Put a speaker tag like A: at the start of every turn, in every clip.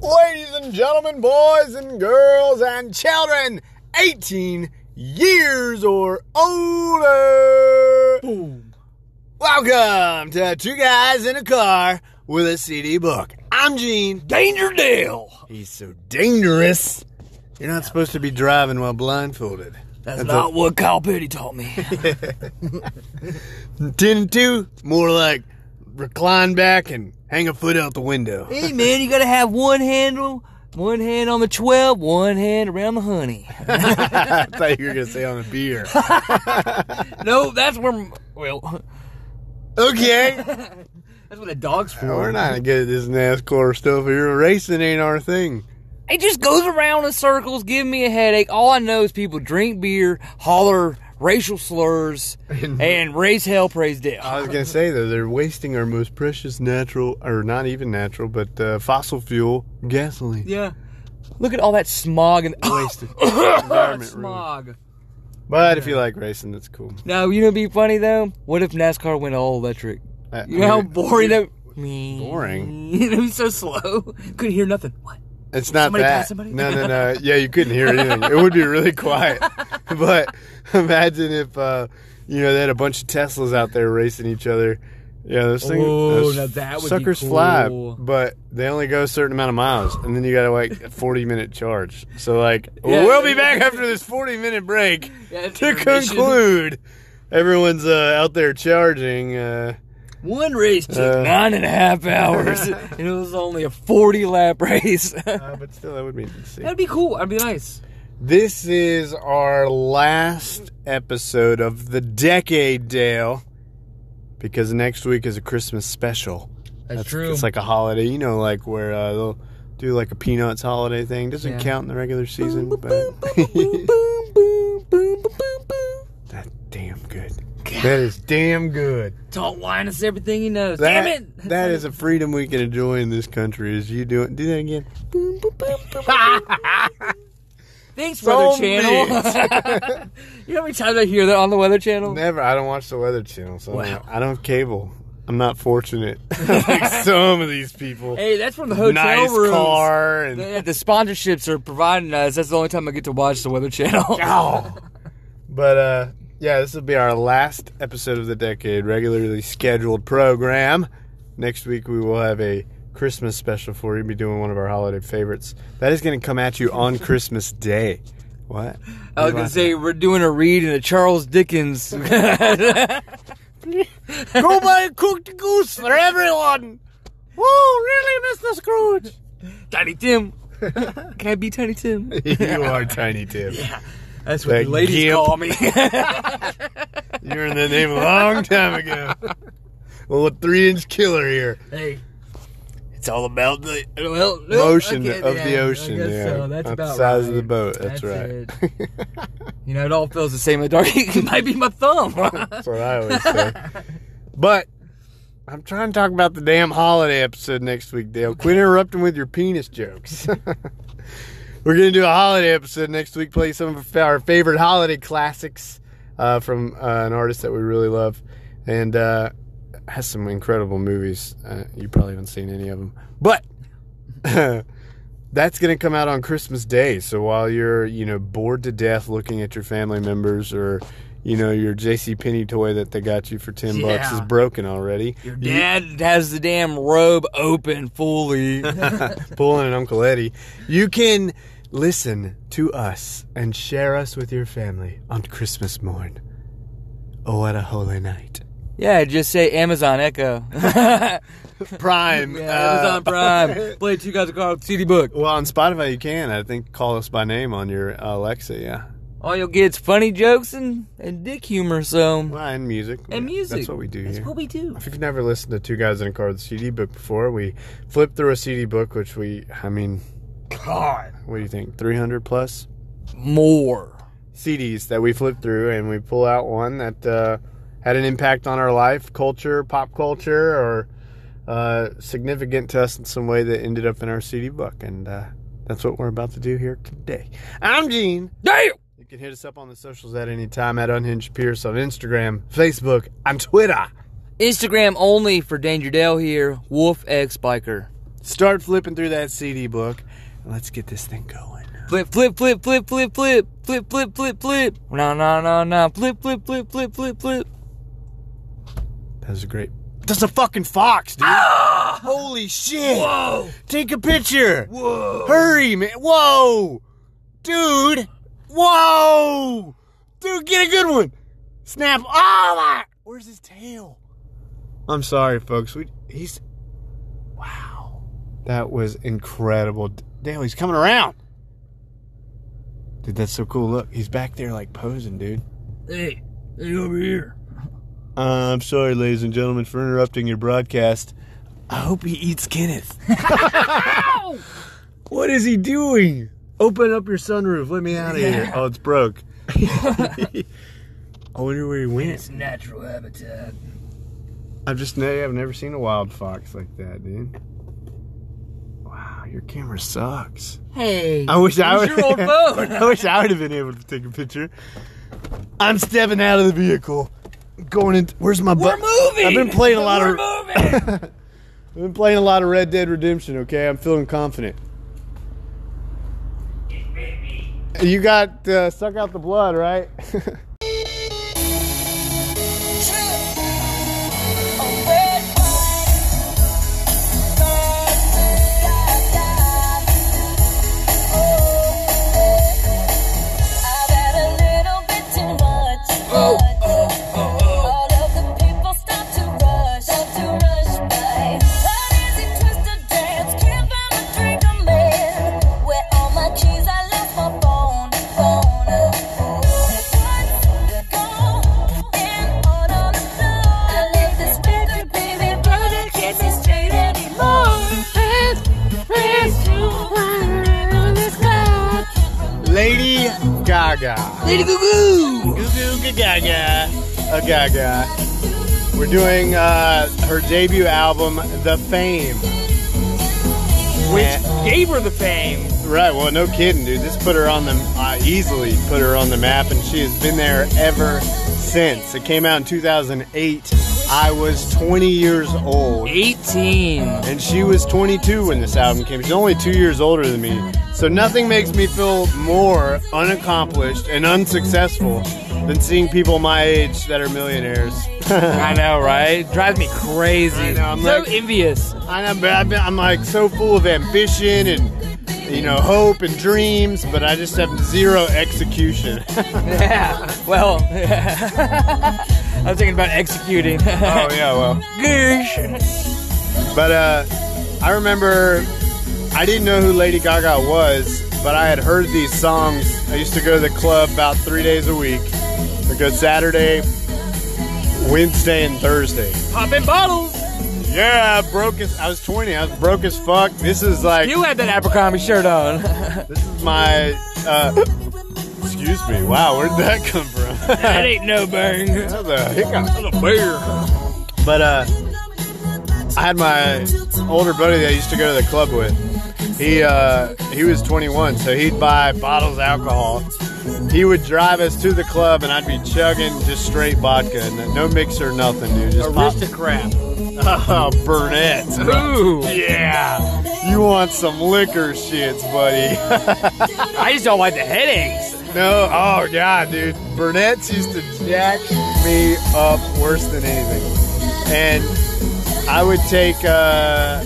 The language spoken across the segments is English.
A: Ladies and gentlemen, boys and girls and children 18 years or older.
B: Boom.
A: Welcome to Two Guys in a Car with a CD book. I'm Gene.
B: Danger Dale.
A: He's so dangerous. You're not supposed to be driving while blindfolded.
B: That's not what Kyle Petty taught me.
A: 10 and 2, more like recline back and hang a foot out the window.
B: hey man, you gotta have one handle, one hand on the twelve, one hand around the honey.
A: I thought you were going to say on a beer.
B: no, that's where. m- Well,
A: Okay.
B: that's what a dog's for.
A: We're not good at this NASCAR stuff here. Racing ain't our thing.
B: It just goes around in circles, giving me a headache. All I know is people drink beer, holler racial slurs, and raise hell, praise
A: I
B: death.
A: was gonna say though, they're wasting our most precious natural, or not even natural, but uh, fossil fuel, gasoline.
B: Yeah. Look at all that smog and
A: Wasted environment ruin.
B: smog.
A: But if you like racing, that's cool.
B: Now you know, what'd be funny though. What if NASCAR went all electric?
A: That-
B: You know how
A: I mean,
B: boring that.
A: Boring?
B: It'd be so slow. Couldn't hear nothing. What?
A: It's not
B: Somebody
A: that.
B: pass somebody?
A: No, no, no. Yeah, you couldn't hear anything. it would be really quiet. But imagine if uh, you know they had a bunch of Teslas out there racing each other. Yeah, those things.
B: Oh,
A: those
B: now that would be
A: suckers fly,
B: cool.
A: but they only go a certain amount of miles, and then you got to like a forty-minute charge. So like,
B: Yeah.
A: we'll be back after this forty-minute break.
B: Yeah, it's
A: to
B: intermission.
A: conclude, everyone's uh, out there charging. Uh,
B: One race took
A: Uh.
B: nine and a half hours, and it was only a 40 lap race. That'd
A: uh, but still, that would be interesting.
B: be cool. That'd be nice.
A: This is our last episode of the decade, Dale, because next week is a Christmas special.
B: That's,
A: It's like a holiday, you know, like where uh, they'll do like a Peanuts holiday thing. Doesn't
B: Yeah.
A: count in the regular season,
B: boom,
A: but
B: boom, boom, boom, boom, boom, boom, boom, boom.
A: that's damn good. That is damn good.
B: Taught Linus everything he knows.
A: That,
B: Damn it!
A: That is a freedom we can enjoy in this country. Is you doing? Do that again.
B: Boom, boom, boom, boom, boom, boom. Thanks, Weather
A: Zombie.
B: Channel. you know how many times I hear that on the Weather Channel?
A: Never. I don't watch the Weather Channel, so I,
B: Wow.
A: don't, I don't have cable. I'm not fortunate like some of these people.
B: Hey, that's from the hotel
A: nice
B: rooms.
A: car and
B: The, the sponsorships are providing us. That's the only time I get to watch the Weather Channel.
A: Ow. But uh, yeah, this will be our last episode of the decade, regularly scheduled program. Next week we will have a Christmas special for you. Be doing one of our holiday favorites. That is going to come at you on Christmas Day. What?
B: I was gonna say we're doing a read in a Charles Dickens.
A: Go buy a cooked goose for everyone. Whoa, really, Mr. Scrooge?
B: Tiny Tim. Can I be Tiny Tim?
A: you are Tiny Tim.
B: That's what
A: That
B: the ladies
A: gimp.
B: call me.
A: You were in the name a long time ago. Well, with three inch killer here.
B: hey. It's all about the well,
A: Motion
B: okay,
A: of
B: yeah,
A: the ocean.
B: I guess
A: yeah.
B: so. That's
A: Not
B: about
A: the size of
B: right.
A: the boat. That's,
B: That's
A: right.
B: it. You know, it all feels the same in the dark. it might be my thumb.
A: That's what I always say. but I'm trying to talk about the damn holiday episode next week, Dale. Quit interrupting with your penis jokes. We're gonna do a holiday episode next week. Play some of our favorite holiday classics uh, from uh, an artist that we really love, and uh, has some incredible movies. Uh, you probably haven't seen any of them, but that's going to come out on Christmas Day. So while you're, you know, bored to death looking at your family members or, you know, your J.C. Penney toy that they got you for 10 bucks
B: Yeah.
A: is broken already.
B: Your dad has the damn robe open fully.
A: Pulling an Uncle Eddie. You can listen to us and share us with your family on Christmas morn. Oh, what a holy night.
B: yeah, just say Amazon Echo. yeah,
A: Prime. Uh,
B: Amazon Prime. Play two guys a car with CD book.
A: Well, on Spotify, you can. I think call us by name on your uh, Alexa, yeah.
B: All you'll get is funny jokes and, and dick humor. So
A: Well, and music.
B: and music.
A: That's what we do
B: That's
A: here.
B: what we do.
A: If you've never listened to Two Guys in a Car, the CD book before, we flipped through a CD book, which we, I mean,
B: God,
A: what do you think, 300 plus
B: more.
A: CDs that we flipped through, and we pull out one that uh, had an impact on our life, culture, pop culture, or uh, significant to us in some way that ended up in our CD book. And uh, that's what we're about to do here today. I'm Gene.
B: Damn.
A: You can hit us up on the socials at any time at Unhinged Pierce on Instagram, Facebook, and Twitter.
B: Instagram only for Danger Dale here. Wolf X Biker.
A: Start flipping through that CD book. Let's get this thing going.
B: Flip, flip, flip, flip, flip, flip, flip, flip, flip, flip. No, no, no, no. Flip, flip, flip, flip, flip, flip.
A: That was a great. That's a fucking fox, dude. Holy shit.
B: Ah! Whoa,
A: Take a picture.
B: whoa.
A: Hurry, man. Whoa. Dude. Whoa. Dude, get a good one. Snap. Oh, my. Where's his tail? I'm sorry, folks. We, he's. Wow. That was incredible. Damn, he's coming around. Dude, that's so cool. Look, he's back there like posing, dude.
B: Hey, hey, over here.
A: I'm sorry, ladies and gentlemen, for interrupting your broadcast. I hope he eats Kenneth. what is he doing? Open up your sunroof. Let me out of here.
B: Yeah.
A: Oh, it's broke. I wonder where he went.
B: natural habitat.
A: I've just ne- I've never seen a wild fox like that, dude. Wow, your camera sucks.
B: Hey.
A: I wish I
B: use
A: would.
B: your old phone.
A: I wish I would have been able to take a picture. I'm stepping out of the vehicle, going in. Where's my
B: We're
A: butt?
B: moving.
A: I've been playing a lot
B: We're
A: of-
B: moving.
A: I've been playing a lot of Red Dead Redemption, okay? I'm feeling confident. You got uh, suck out the blood, right?
B: oh,
C: Oh.
B: oh, oh, oh.
C: All of the people stop to rush, stop to rush by. Uneasy twist of dance, can't find a drink or man. Where all my keys, I left my phone, phone. It was gone and all on the floor. I live this bitter, baby, brother can't see straight anymore. Hands, hands to mine on this cloud.
A: Lady Gaga.
B: Lady Goo Goo.
A: Goo goo gaga. A Uh, gaga. We're doing uh, her debut album, The Fame. Yeah.
B: gave her the fame.
A: Right, well, no kidding, dude. This put her on the uh, easily put her on the map, and she has been there ever since. It came out in 2008. I was 20 years old.
B: 18.
A: and she was 22 when this album came. She's only two years older than me, so nothing makes me feel more unaccomplished and unsuccessful than seeing people my age that are millionaires.
B: I know, right? Drives me crazy.
A: I know, I'm
B: so
A: like-
B: envious.
A: I know, but I've been, I'm like so full of ambition and you know hope and dreams, but I just have zero execution.
B: Yeah. Well, I was thinking about executing.
A: oh yeah, well.
B: Goosh.
A: But uh, I remember I didn't know who Lady Gaga was, but I had heard these songs. I used to go to the club about three days a week. I go Saturday, Wednesday, and Thursday.
B: Popping bottles.
A: Yeah, I broke as I was 20. I was broke as fuck. This is like
B: You had that Abercrombie shirt on.
A: this is my. Uh, excuse me. Wow, where did that come from?
B: that ain't no bang.
A: That was a hiccup. But uh, I had my older buddy that I used to go to the club with. He uh, he was 21, so he'd buy bottles of alcohol. He would drive us to the club, and I'd be chugging just straight vodka, and no mixer, nothing, dude. Just pop.
B: Aristocrat.
A: Oh, Burnett.
B: Ooh.
A: Yeah, you want some liquor shits, buddy.
B: I just don't like the headaches.
A: No, oh god, dude, Burnett's used to jack me up worse than anything, and I would take, uh,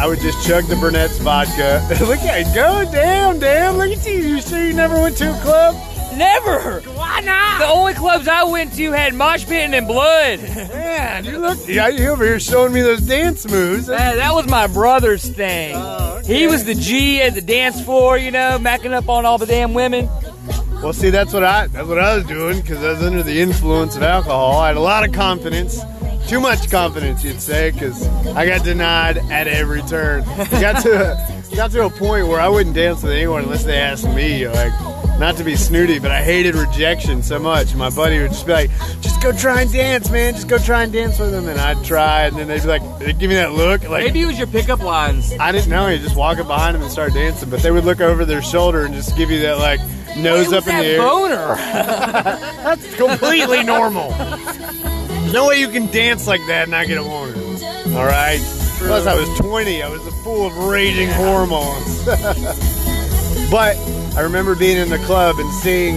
A: I would just chug the Burnett's vodka. look at it go, damn, damn, look at you. You sure you never went to a club?
B: Never. Why not? The only clubs I went to had mosh pit and blood.
A: Man, you look, yeah, you over here showing me those dance moves.
B: Man, that was my brother's thing. He was the G at the dance floor, you know, macking up on all the damn women.
A: Well, see, that's what I that's what I was doing because I was under the influence of alcohol. I had a lot of confidence, too much confidence, you'd say, because I got denied at every turn. It got to got to a point where I wouldn't dance with anyone unless they asked me. Like, not to be snooty, but I hated rejection so much. My buddy would just be like, "Just go try and dance, man. Just go try and dance with them." And I'd try, and then they'd be like, they'd give me that look, like.
B: Maybe it was your pickup lines.
A: I didn't know. You just walk up behind them and start dancing, but they would look over their shoulder and just give you that like nose
B: It was
A: up in
B: that
A: the air.
B: boner.
A: That's completely normal. There's no way you can dance like that and not get a boner. All right.
B: for.
A: Plus, I was 20. I was a fool of raging hormones. but I remember being in the club and seeing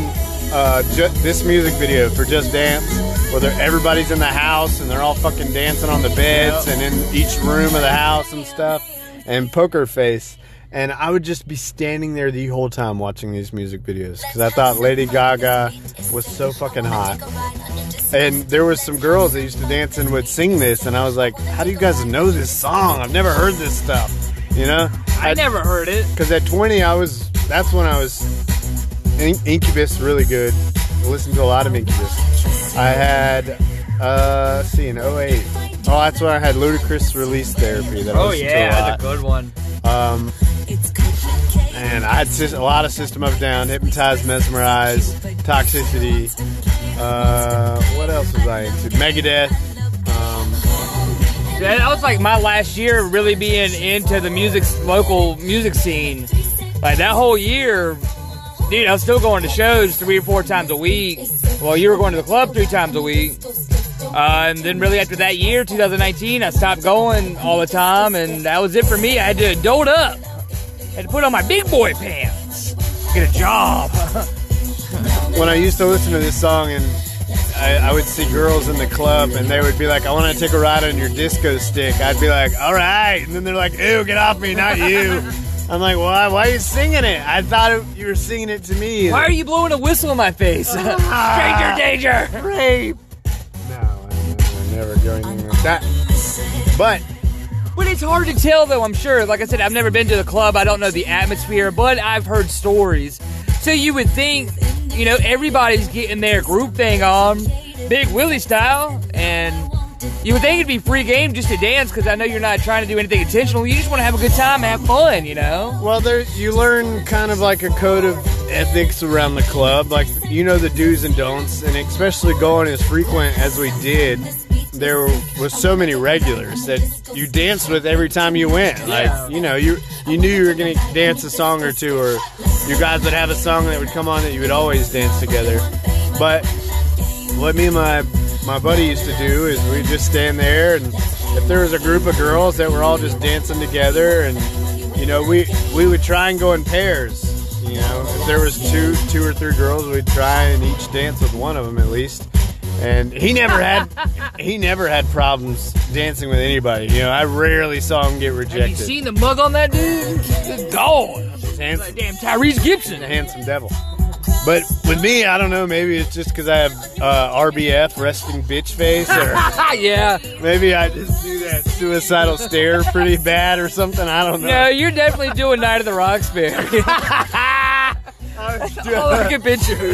A: uh, ju- this music video for Just Dance, where they're, everybody's in the house and they're all fucking dancing on the beds and in each room of the house and stuff, and Poker Face. And I would just be standing there the whole time watching these music videos because I thought Lady Gaga was so fucking hot and there was some girls that used to dance and would sing this and i was like how do you guys know this song i've never heard this stuff you know
B: I never heard it.
A: because at 20 i was that's when i was in- incubus really good I listened to a lot of incubus i had uh let's see in 08 oh that's when i had ludicrous release therapy that i
B: Oh
A: listened
B: yeah,
A: to a
B: that's
A: lot
B: a good one.
A: um, and I had sys- a lot of System of a Down, Hypnotize, Mesmerize, Toxicity. Uh, what else was I into? Megadeth. Um,
B: That that was like my last year really being into the music, local music scene. Like that whole year, dude, I was still going to shows three or four times a week. Well, you were going to the club three times a week. Uh, and then really after that year, 2019, I stopped going all the time, and that was it for me. I had to adult up. had to put on my big boy pants. Get a job.
A: when I used to listen to this song, and I, I would see girls in the club, and they would be like, "I want to take a ride on your disco stick." I'd be like, "All right," and then they're like, "Ew, get off me, not you." I'm like, "Why? Why are you singing it? I thought it, you were singing it to me."
B: Why are you blowing a whistle in my face? Stranger danger.
A: rape. No, I never go anything like that. But
B: But it's hard to tell, though, I'm sure. Like I said, I've never been to the club. I don't know the atmosphere, but I've heard stories. So you would think, you know, everybody's getting their group thing on, Big Willie style, and you would think it'd be free game just to dance because I know you're not trying to do anything intentional. You just want to have a good time, have fun, you know?
A: well, there you learn kind of like a code of ethics around the club, like you know the do's and don'ts, and especially going as frequent as we did. There was so many regulars that you danced with every time you went. Like you know, you you knew you were gonna dance a song or two, or you guys would have a song that would come on that you would always dance together. But what me and my my buddy used to do is we just stand there and if there was a group of girls that were all just dancing together and you know we we would try and go in pairs you know if there was two two or three girls we'd try and each dance with one of them at least and he never had he never had problems dancing with anybody you know i rarely saw him get
B: Have you
A: rejected
B: seen the mug on that dude? Good God.
A: Hands-
B: Like, damn, Tyrese Gibson.
A: a handsome devil. But with me, I don't know. Maybe it's just because I have uh, RBF, resting bitch face, or
B: yeah.
A: maybe I just do that suicidal stare pretty bad or something. I don't know.
B: No, you're definitely doing Night of the Roxbury.
A: I was doing-
B: All I can picture.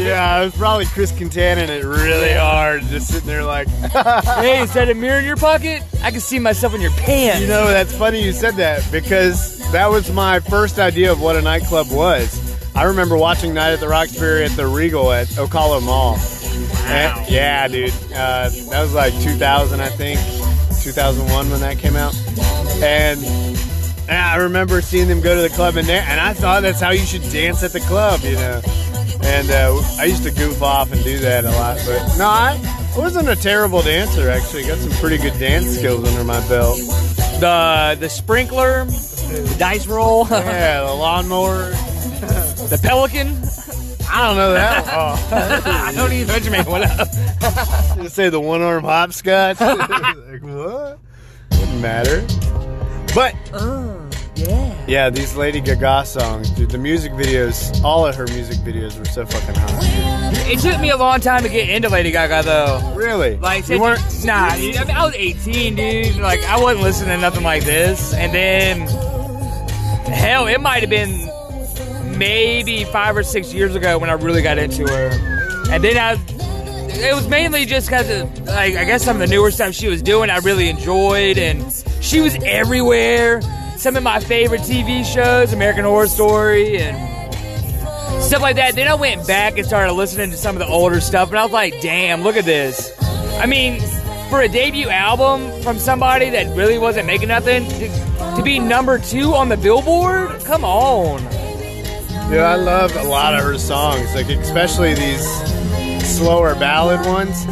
A: yeah, I was probably Chris Cantanin it really hard, just sitting there like,
B: Hey, is that a mirror in your pocket? I can see myself in your pants.
A: you know, that's funny you said that because that was my first idea of what a nightclub was. I remember watching Night at the Roxbury at the Regal at Ocala Mall. Eh, Yeah, dude. Uh, that was like 2000, I think, 2001 when that came out. And, and I remember seeing them go to the club, and they- and I thought that's how you should dance at the club, you know. And uh, I used to goof off and do that a lot, but no, I, I wasn't a terrible dancer actually. Got some pretty good dance skills under my belt.
B: the the sprinkler, the dice roll,
A: Yeah, the lawnmower.
B: the pelican.
A: I don't know that. One.
B: I don't even judge me. What up?
A: Oh, just say the one arm hopscotch. like, what? Wouldn't matter. But
B: Uh, Yeah.
A: yeah, these Lady Gaga songs, dude. The music videos, all of her music videos were so fucking hot.
B: It took me a long time to get into Lady Gaga though.
A: Really?
B: Like,
A: you weren't.
B: nah, dude, I, mean, I was 18, dude. Like, I wasn't listening to nothing like this. And then, hell, it might have been maybe five or six years ago when I really got into her. And then I, it was mainly just because of, like, I guess some of the newer stuff she was doing I really enjoyed. And she was everywhere. Some of my favorite TV shows, American Horror Story, and stuff like that. Then I went back and started listening to some of the older stuff, and I was like, damn, look at this. I mean, for a debut album from somebody that really wasn't making nothing, to, to be number two on the Billboard? Come on.
A: Dude, I love a lot of her songs, like especially these slower ballad ones.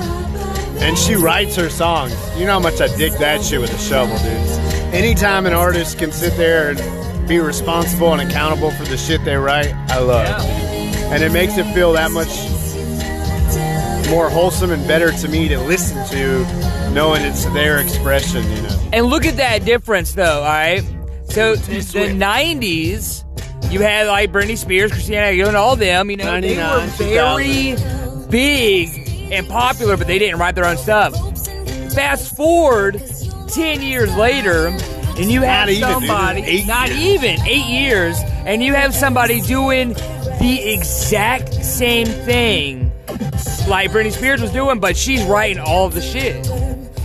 A: And she writes her songs. You know how much I dig that shit with a shovel, dude. anytime an artist can sit there and be responsible and accountable for the shit they write, I love. And it makes it feel that much more wholesome and better to me to listen to, knowing it's their expression, you know.
B: And look at that difference, though. All right, so the
A: Swift.
B: '90s, you had like Britney Spears, Christina Aguilera, and all them. You know, they
A: 99,
B: were very big and popular, but they didn't write their own stuff. Fast forward ten years later, and you
A: Not
B: have
A: even, dude.
B: somebody
A: Eight
B: not
A: years.
B: even eight years, and you have somebody doing the exact same thing like Britney Spears was doing, but she's writing all of the shit.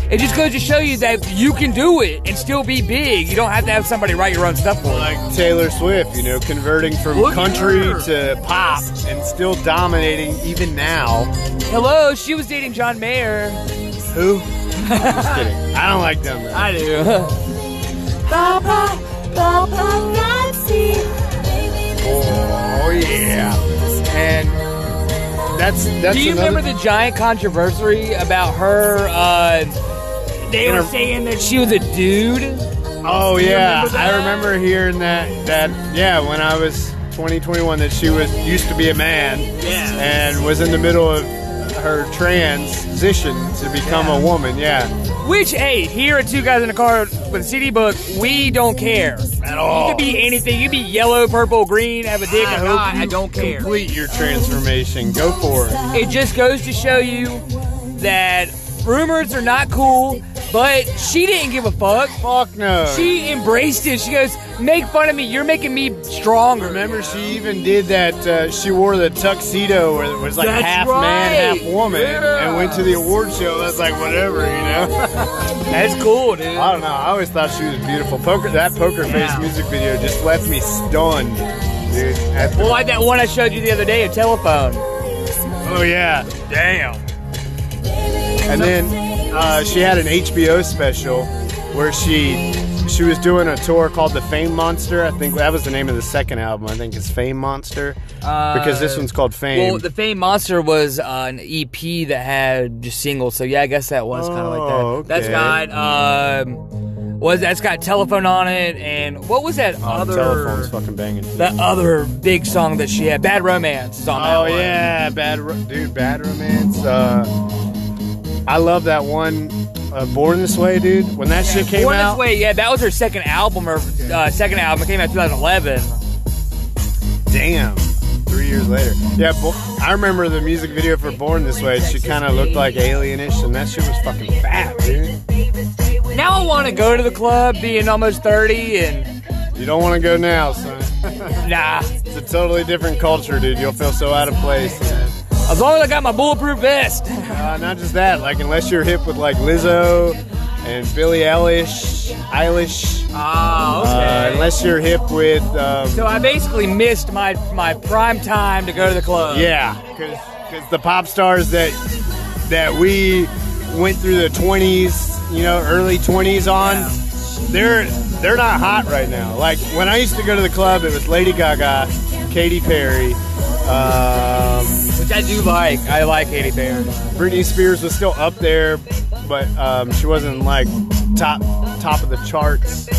B: It just goes to show you that you can do it and still be big. You don't have to have somebody write your own stuff for you.
A: Like Taylor Swift, you know, converting from
B: Look at
A: country
B: her.
A: to pop and still dominating even now.
B: Hello, she was dating John Mayer.
A: Who? Just kidding. I don't like them. though.
B: I do.
C: Papa, paparazzi.
A: Oh yeah. And that's that's
B: do you
A: another-
B: remember the giant controversy about her? Uh, they were
A: Inter-
B: saying that she was a dude.
A: Oh yeah,
B: remember that?
A: I remember hearing that that yeah when I was 20, 21 that she was used to be a man
B: Yeah.
A: and was in the middle of her transition to become a woman. Yeah,
B: Which, hey, here are two guys in a car with a CD book. We don't care.
A: at all.
B: You could be anything. You could be yellow, purple, green, have a dick
A: I
B: or
A: hope
B: not.
A: you
B: I don't care.
A: Complete your transformation. Go for it.
B: It just goes to show you that rumors are not cool, but she didn't give a fuck.
A: Fuck no.
B: She embraced it. She goes, make fun of me. You're making me stronger.
A: Remember, she even did that. Uh, she wore the tuxedo where it was like
B: That's
A: half
B: right.
A: man, half woman,
B: Yeah.
A: and went to the award show. That's like whatever, you know.
B: That's cool, dude.
A: I don't know. I always thought she was beautiful. Poker that poker
B: Yeah.
A: face music video just left me stunned, dude. At the-
B: Well, like that one I showed you the other day, a telephone.
A: oh yeah.
B: Damn.
A: And then uh, she had an HBO special where she she was doing a tour called the Fame Monster. I think that was the name of the second album. I think is Fame Monster because this one's called Fame.
B: Uh, Well, the Fame Monster was uh, an EP that had just singles, so yeah, I guess that was kind of like that.
A: Oh,
B: That's
A: okay.
B: got um, was that's got telephone on it, and what was that
A: Oh, the
B: other
A: telephone's fucking banging.
B: that other big song that she had? Bad Romance is on that
A: Oh
B: one.
A: yeah, bad Ro- dude, bad romance. Uh, I love that one, uh, Born This Way, dude. When that shit came
B: Born
A: out,
B: This Way, yeah, that was her second album or uh, second album. It came out 2011.
A: damn. Three years later, yeah. Bo- I remember the music video for Born This Way. She kind of looked like alienish, and that shit was fucking fat, dude.
B: Now I want to go to the club, being almost 30, and
A: You don't want to go now, son.
B: nah.
A: it's a totally different culture, dude. You'll feel so out of place. man.
B: As long as I got my bulletproof vest.
A: Uh, not just that, like unless you're hip with like Lizzo and Billie Eilish, Eilish.
B: Ah,
A: Uh, unless you're hip with um,
B: So I basically missed my my prime time to go to the club.
A: Yeah, because Um, the pop stars that that we went through the twenties, you know, early twenties on,
B: Yeah.
A: they're they're not hot right now. Like when I used to go to the club, it was Lady Gaga, Katy Perry, um,
B: which I do like. I like Katy Perry.
A: Britney Spears was still up there, but um, she wasn't like top top of the charts.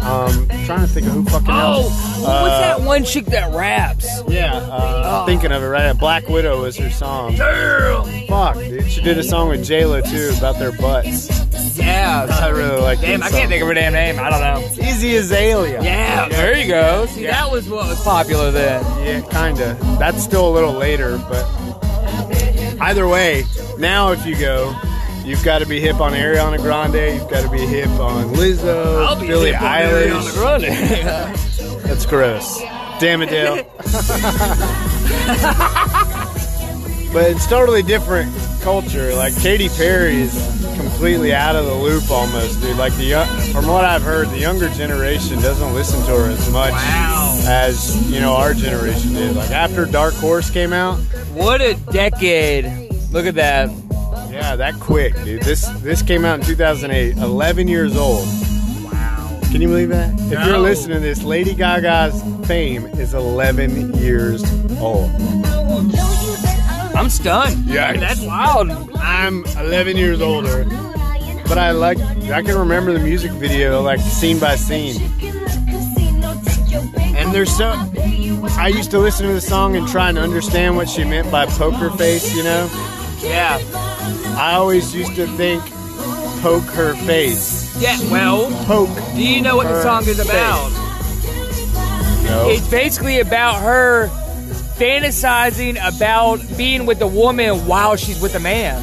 A: Um, trying to think of who fucking
B: Oh,
A: else.
B: what's
A: Uh,
B: that one chick that raps?
A: Yeah, uh,
B: Oh.
A: thinking of it right. Black Widow was her song. Fuck, dude. She did a song with J-Lo too about their butts.
B: Yeah.
A: I really like
B: Damn,
A: that
B: I can't think of her damn name. I don't know.
A: Easy Azalea.
B: Yeah, there you go. See, that was what was popular then.
A: Yeah, kinda. That's still a little later, but either way, now if you go, you've got to be hip on Ariana Grande. You've got to be hip on Lizzo, Billie Eilish. That's gross. Damn it, Dale. but it's totally different culture. Like Katy Perry is completely out of the loop almost, dude. Like the young, from what I've heard, the younger generation doesn't listen to her as much
B: Wow.
A: as you know our generation did. Like after Dark Horse came out,
B: What a decade. Look at that.
A: yeah, that quick, dude. This this came out in 2008. 11 years old. Can you believe that? If
B: No.
A: you're listening to this, Lady Gaga's fame is 11 years old.
B: I'm stunned.
A: Yikes.
B: That's wild.
A: I'm 11 years older but I like I can remember the music video like scene by scene.
C: And
A: there's so- I used to listen to the song and try and understand what she meant by poker face, you know?
B: Yeah.
A: I always used to think poke her face.
B: Yeah, well,
A: Poke.
B: do you know what the song is about?
A: No.
B: It's basically about her fantasizing about being with a woman while she's with a man.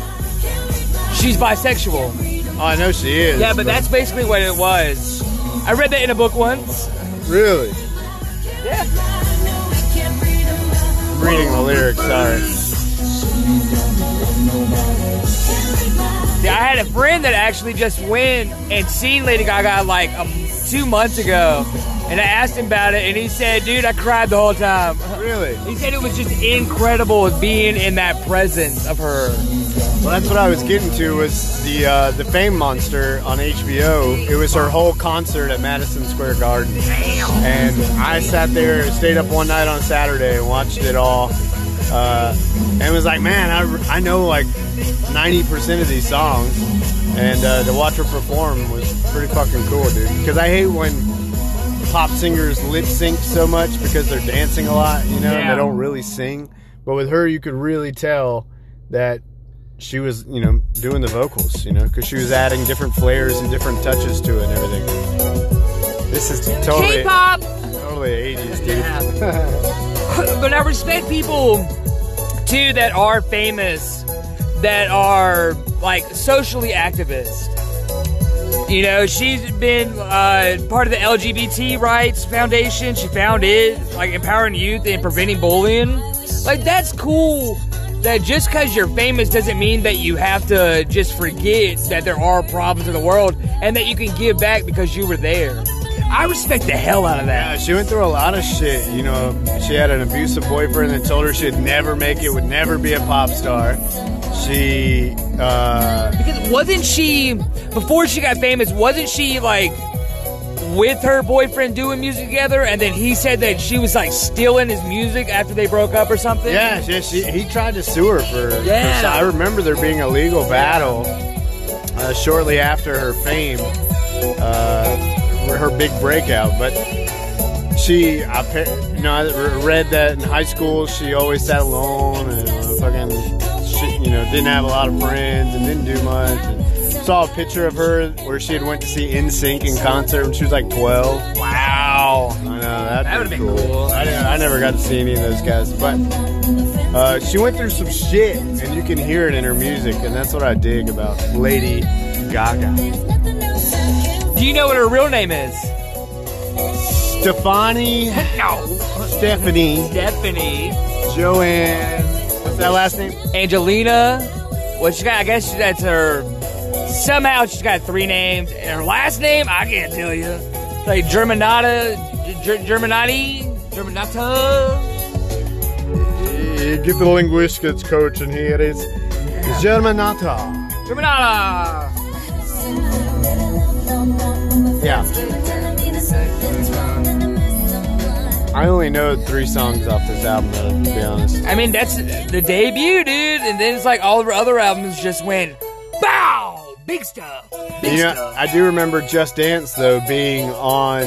B: She's bisexual.
A: Oh, I know she is.
B: Yeah, but that's basically what it was. I read that in a book once.
A: really
B: Yeah.
A: I'm reading the lyrics. Sorry.
B: I had a friend that actually just went and seen Lady Gaga like um, two months ago, and I asked him about it, and he said, "Dude, I cried the whole time."
A: Really?
B: He said it was just incredible being in that presence of her.
A: Well, that's what I was getting to was the uh, the Fame Monster on HBO. It was her whole concert at Madison Square Garden, and I sat there, stayed up one night on Saturday and watched it all, uh, and was like, man, I, I know like ninety percent of these songs, and uh, to watch her perform was pretty fucking cool, dude. Because I hate when pop singers lip sync so much because they're dancing a lot, you know, and
B: Yeah.
A: they don't really sing. But with her, you could really tell that she was, you know, doing the vocals, you know, because she was adding different flares and different touches to it and everything. This is totally,
B: K-pop.
A: totally 80s, dude.
B: but I respect people too that are famous, that are like socially activists. You know, she's been uh, part of the LGBT Rights Foundation. She founded like empowering youth and preventing bullying. Like that's cool. That just because you're famous doesn't mean that you have to just forget that there are problems in the world and that you can give back because you were there. I respect the hell out of that.
A: Yeah, she went through a lot of shit, you know. She had an abusive boyfriend that told her she'd never make it, would never be a pop star. She, uh,
B: Because wasn't she before she got famous? Wasn't she like with her boyfriend doing music together? And then he said that she was like stealing his music after they broke up or something.
A: Yeah, she, she, he tried to sue her for.
B: Yeah.
A: for- I remember there being a legal battle uh, shortly after her fame, uh, her big breakout. But she, I, pa- you know, I re- read that in high school she always sat alone and uh, fucking, she, you know, didn't have a lot of friends and didn't do much. And saw a picture of her where she had went to see NSYNC in concert when she was like 12.
B: Wow.
A: I know that,
B: That
A: would
B: would've
A: be
B: been cool.
A: I, didn't- I never got to see any of those guys, but uh, she went through some shit, and you can hear it in her music, and that's what I dig about Lady Gaga.
B: Do you know what her real name is?
A: Stefani,
B: No.
A: Stephanie,
B: Stephanie.
A: Joanne. What's that last name?
B: Angelina. Well, she got. I guess she- that's her. Somehow she's got three names, and her last name I can't tell you. It's Like Germanata, G- Germanati, Germanata.
A: You get the linguistics coach in here. It's Germanata.
B: Germanata.
A: Yeah, I only know three songs off this album, though, to be honest.
B: I mean, that's the debut, dude. And then it's like all of her other albums just went, bow, big stuff, big
A: You know,
B: stuff.
A: I do remember Just Dance though being on.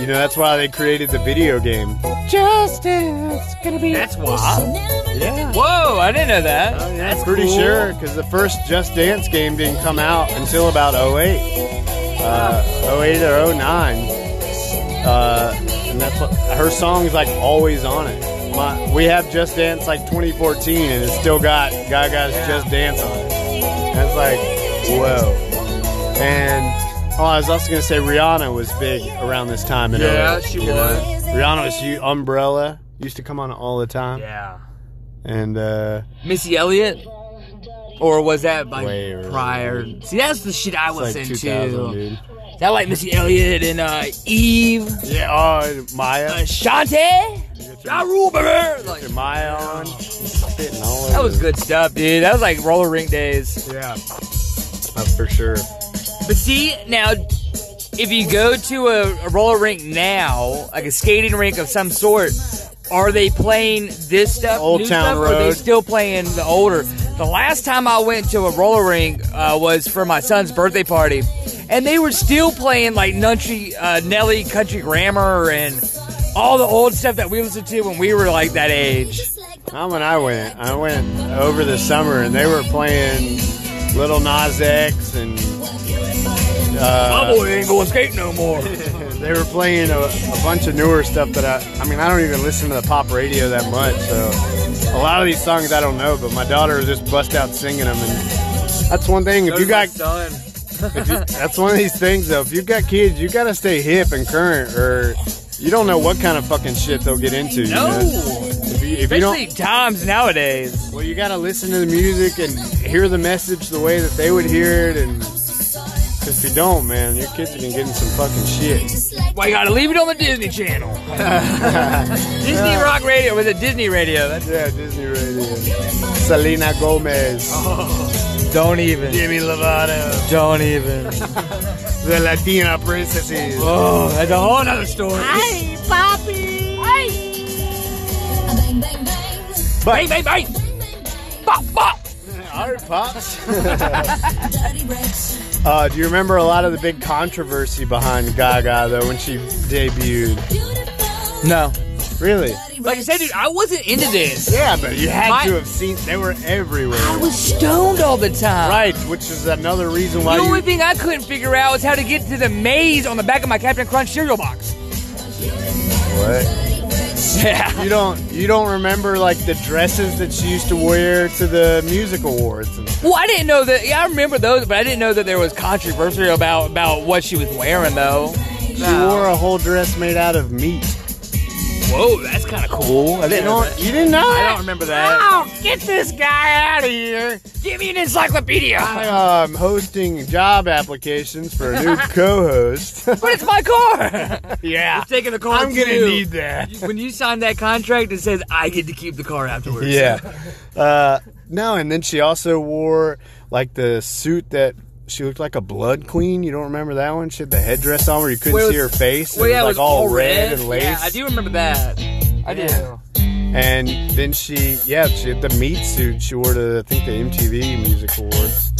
A: You know, that's why they created the video game. Just Dance gonna be.
B: that's wild.
A: yeah.
B: Whoa, I didn't know that.
A: I'm pretty sure because the first Just Dance game didn't come out until about 08, uh, 08 or 09. Uh, and that's what, her song's like always on it. My, we have Just Dance like 2014 and it's still got Gaga's Just Dance on it. That's like, whoa. And oh, I was also gonna say Rihanna was big around this time. In
B: Yeah,
A: 08,
B: she
A: you know?
B: was.
A: Rihanna was huge. Umbrella used to come on all the time.
B: Yeah.
A: And uh,
B: Missy Elliott? Or was that like
A: Way early.
B: prior? See, that's the shit I
A: it's
B: was
A: like 2000,
B: into.
A: dude.
B: I like Missy Elliott and uh, Eve,
A: Yeah, oh, Maya.
B: Ashante, Ja Rule, baby. Like,
A: Get Maya on. Spitting all
B: that
A: over
B: was
A: the-
B: good stuff, dude. That was like roller rink days.
A: Yeah. That's for sure.
B: But see, now, if you go to a, a roller rink now, like a skating rink of some sort, are they playing this stuff,
A: Old
B: new
A: Town
B: stuff, or are they
A: Road.
B: still playing the older? The last time I went to a roller ring uh, was for my son's birthday party, and they were still playing like Nunchy, uh, Nelly Country Grammar and all the old stuff that we listened to when we were like that age.
A: Tom and I went. I went over the summer, and they were playing Little Nas X, and uh,
B: ain't gonna skate no more.
A: they were playing a, a bunch of newer stuff that I. I mean, I don't even listen to the pop radio that much, so a lot of these songs I don't know. But my daughter will just bust out singing them, and that's one thing. If you got,
D: done.
A: that's one of these things though. If you've got kids, you gotta stay hip and current, or you don't know what kind of fucking shit they'll get into. you
B: No.
A: know? If you, if you don't,
B: Especially times nowadays.
A: Well, you got to listen to the music and hear the message the way that they would hear it, and 'cause if you don't, man, your kids are gonna get in some fucking shit.
B: Why you gotta leave it on the Disney Channel? Disney Rock Radio with a Disney radio. That's,
A: Yeah, Disney Radio. Selena Gomez,
B: don't even.
A: Jimmy Lovato,
B: Don't even.
A: the Latina princesses.
B: Oh, that's a whole other story.
C: Bang,
B: Bang, bang,
C: bang, bang.
B: bang. Bop, bop.
A: Art pops.
C: Dirty rich.
A: uh, do you remember a lot of the big controversy behind Gaga though when she debuted?
C: Beautiful.
B: No.
A: Really?
B: Like I said, dude, I wasn't into this.
A: Yeah, but you had
B: My-
A: to have seen. They were everywhere.
B: I was stoned all the time.
A: right, which is another reason why
B: The only
A: you.
B: thing I couldn't figure out was how to get to the maze on the back of my Captain Crunch cereal box.
A: What?
B: Yeah.
A: You don't you don't remember like the dresses that she used to wear to the music awards and
B: Well, I didn't know that. Yeah, I remember those, but I didn't know that there was controversy about about what she was wearing, though.
A: she wore a whole dress made out of meat.
B: Whoa, that's kind of cool. I
A: You
B: didn't know.
A: don't you didn't know
D: I
A: that?
D: don't remember that.
B: get this guy out of here! Give me an encyclopedia.
A: I am um, hosting job applications for a new co-host.
B: but it's my car.
A: yeah.
B: It's taking the car.
A: I'm going to
B: too.
A: need that.
B: When you sign that contract, it says I get to keep the car afterwards.
A: Yeah. Uh, no, and then she also wore like the suit that she looked like a blood queen. You don't remember that one? She had the headdress on where you couldn't
B: Well, it
A: see her
B: was-
A: face.
B: Well,
A: it
B: yeah,
A: was like all red, and lace.
B: Yeah, I do remember that. I do.
A: Yeah. And then she, yeah, she had the meat suit she wore to, I think, the MTV Music Awards.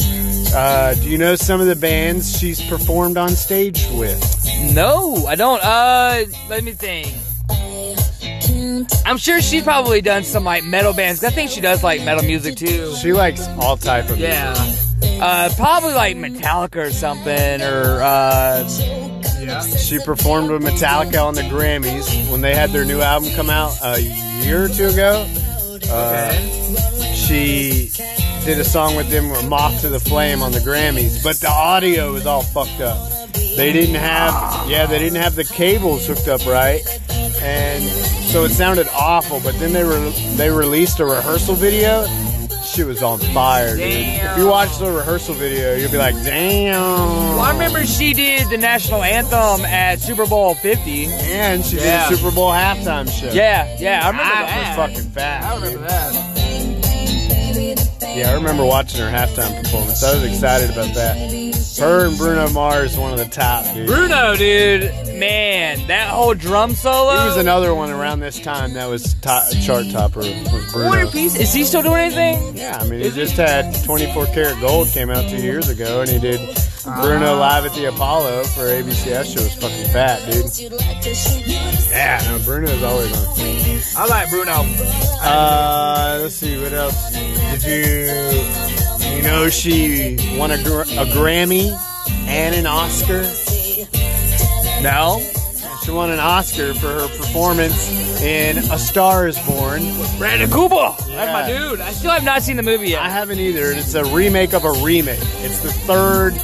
A: Uh, do you know some of the bands she's performed on stage with?
B: No, I don't. Uh, let me think. I'm sure she's probably done some like metal bands. 'cause I think she does like metal music too.
A: She likes all type of music.
B: Yeah. Uh, probably like Metallica or something, or uh,
A: She performed with Metallica on the Grammys when they had their new album come out a year or two ago. Uh, she did a song with them, "Moth to the Flame," on the Grammys, but the audio was all fucked up. They didn't have, yeah, they didn't have the cables hooked up right, and so it sounded awful. But then they were they released a rehearsal video. She was on fire. Dude. If you watch the rehearsal video, you'll be like, "Damn!"
B: well, I remember she did the national anthem at Super Bowl 50.
A: And she
B: Yeah.
A: did a Super Bowl halftime show.
B: Yeah, yeah, I remember
A: that
B: that.
A: was fucking fat.
D: I remember that.
A: Yeah, I remember watching her halftime performance. I was excited about that. Her and Bruno Mars, one of the top, dude. He
B: Bruno, dude, man, that whole drum solo.
A: was another one around this time that was top, chart topper was
B: Warner
A: Bruno.
B: Peace. Is he still doing anything?
A: Yeah, I mean, he just had 24 Karat Gold came out two years ago, and he did
B: Ah.
A: Bruno live at the Apollo for ABCS show. It was fucking fat, dude. Yeah, no, Bruno's always on.
D: I like Bruno.
A: Uh, let's see what else. Did you you know she won a, gr- a Grammy and an Oscar?
B: No.
A: She won an Oscar for her performance in A Star Is Born.
B: Brandon Cooper.
A: Yeah.
B: That's my dude. I still have not seen the movie yet.
A: I haven't either. and It's a remake of a remake. It's the third.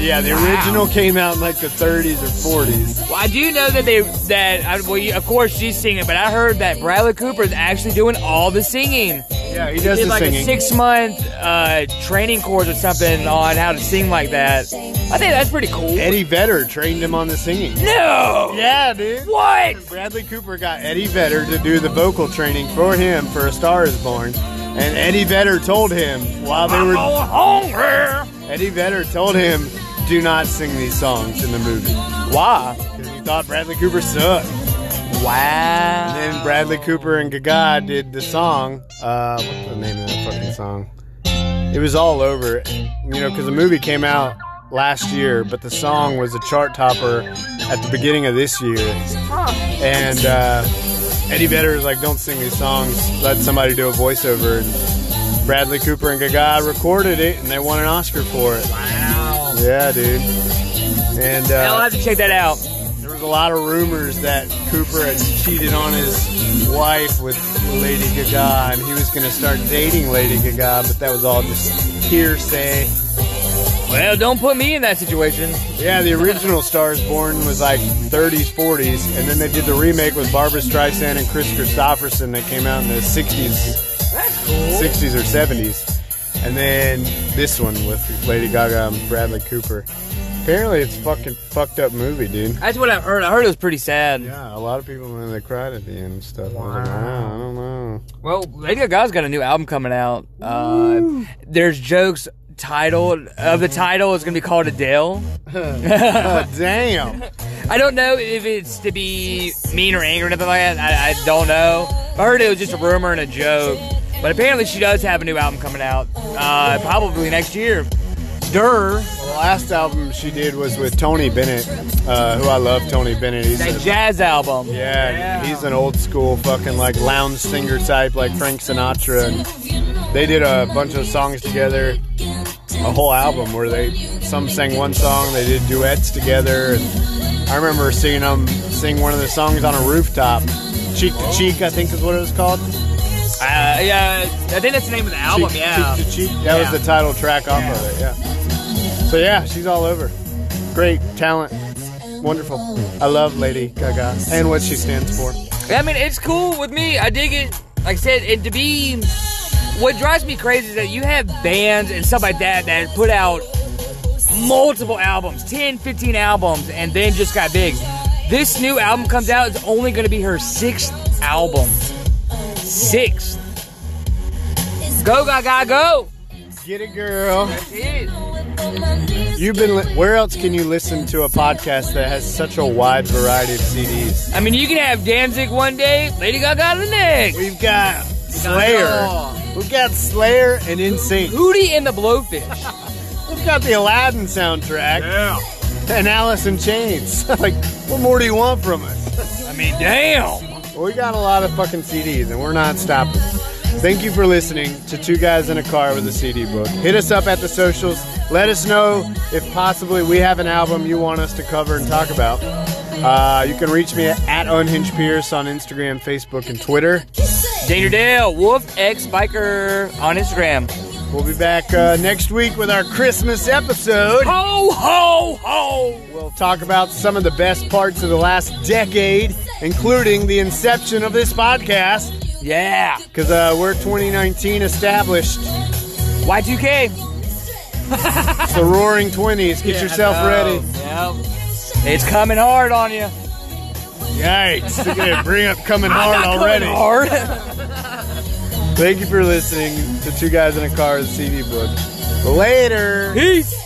A: Yeah, the original came out in like the 30s or 40s.
B: Well, I do know that they that I, well, you, of course she's singing, but I heard that Bradley Cooper is actually doing all the singing.
A: Yeah, he does
B: Did
A: the
B: like
A: singing.
B: a six month uh, training course or something on how to sing like that. I think that's pretty cool.
A: Eddie Vedder trained him on the singing.
B: no.
A: Yeah, dude.
B: What?
A: Bradley Cooper got Eddie Vedder to do the vocal training for him for A Star Is Born, and Eddie Vedder told him while they
B: I'm
A: were
B: all hungry.
A: Eddie Vedder told him, "Do not sing these songs in the movie." Why? Because he thought Bradley Cooper sucked.
B: Wow.
A: And then Bradley Cooper and Gaga did the song. Uh, what's the name of that fucking song? it was all over, you know, because the movie came out last year, but the song was a chart topper at the beginning of this year. And uh, Eddie Vedder was like, don't sing these songs, let somebody do a voiceover. And Bradley Cooper and Gaga recorded it, and they won an Oscar for it.
B: Wow.
A: Yeah, dude. And
B: I'll
A: uh,
B: have to check that out.
A: there was a lot of rumors that Cooper had cheated on his wife with Lady Gaga, and he was going to start dating Lady Gaga, but that was all just hearsay.
B: Well, don't put me in that situation.
A: Yeah, the original Stars Born was like 30s, 40s, and then they did the remake with Barbara Streisand and Chris Christopherson that came out in the 60s,
B: That's cool.
A: 60s or 70s, and then this one with Lady Gaga and Bradley Cooper. Apparently, it's a fucking fucked up movie, dude.
B: That's what I heard. I heard it was pretty sad.
A: Yeah, a lot of people when they cried at the end and stuff. I was like, wow, I don't know.
B: Well, Lady Gaga's got a new album coming out. Uh, there's jokes titled of the title is going to be called Adele.
A: God damn.
B: I don't know if it's to be mean or angry or nothing like that. I, I don't know. I heard it was just a rumor and a joke, but apparently she does have a new album coming out, uh, probably next year. Durr,
A: The last album she did was with Tony Bennett, uh, who I love. Tony Bennett. He's a-
B: that jazz album.
A: Yeah, he's an old school fucking like lounge singer type, like Frank Sinatra. And they did a bunch of songs together, a whole album where they some sang one song, they did duets together. And I remember seeing them sing one of the songs on a rooftop, cheek to cheek, I think is what it was called.
B: Uh, yeah, I think that's the name of the album.
A: cheek,
B: Yeah.
A: cheek to cheek. That
B: Yeah.
A: was the title track off of it. Yeah. So yeah, she's all over. Great talent, wonderful. I love Lady Gaga and what she stands for.
B: I mean, it's cool with me. I dig it. Like I said, and to be, what drives me crazy is that you have bands and stuff like that that put out multiple albums, 10, 15 albums, and then just got big. This new album comes out, it's only going to be her sixth album. Sixth. Go, Gaga, go!
A: Get it, girl.
B: That's it.
A: You've been. Li- where else can you listen to a podcast that has such a wide variety of CDs?
B: I mean, you can have Danzig one day, Lady Gaga the next.
A: We've got Slayer.
B: Gaga.
A: We've got Slayer and NSYNC.
B: Hootie and the Blowfish.
A: We've got the Aladdin soundtrack. Yeah. And Alice in Chains. like, what more do you want from us?
B: I mean, damn.
A: We got a lot of fucking CDs, and we're not stopping. Thank you for listening to Two Guys in a Car with a CD Book. Hit us up at the socials. Let us know if possibly we have an album you want us to cover and talk about. Uh, you can reach me at Unhinged Pierce on Instagram, Facebook, and Twitter.
B: Danger Dale, Wolf X Biker on Instagram.
A: We'll be back uh, next week with our Christmas episode.
B: Ho, ho, ho!
A: We'll talk about some of the best parts of the last decade, including the inception of this podcast,
B: Yeah.
A: because uh, we're 2019 established.
B: Y2K.
A: It's the roaring 20s. Get yourself ready.
B: Yep. It's coming hard on you.
A: Yikes. They're going to bring up coming hard
B: Not
A: already.
B: coming hard.
A: Thank you for listening to Two Guys in a Car, the CD book. Later.
B: Peace.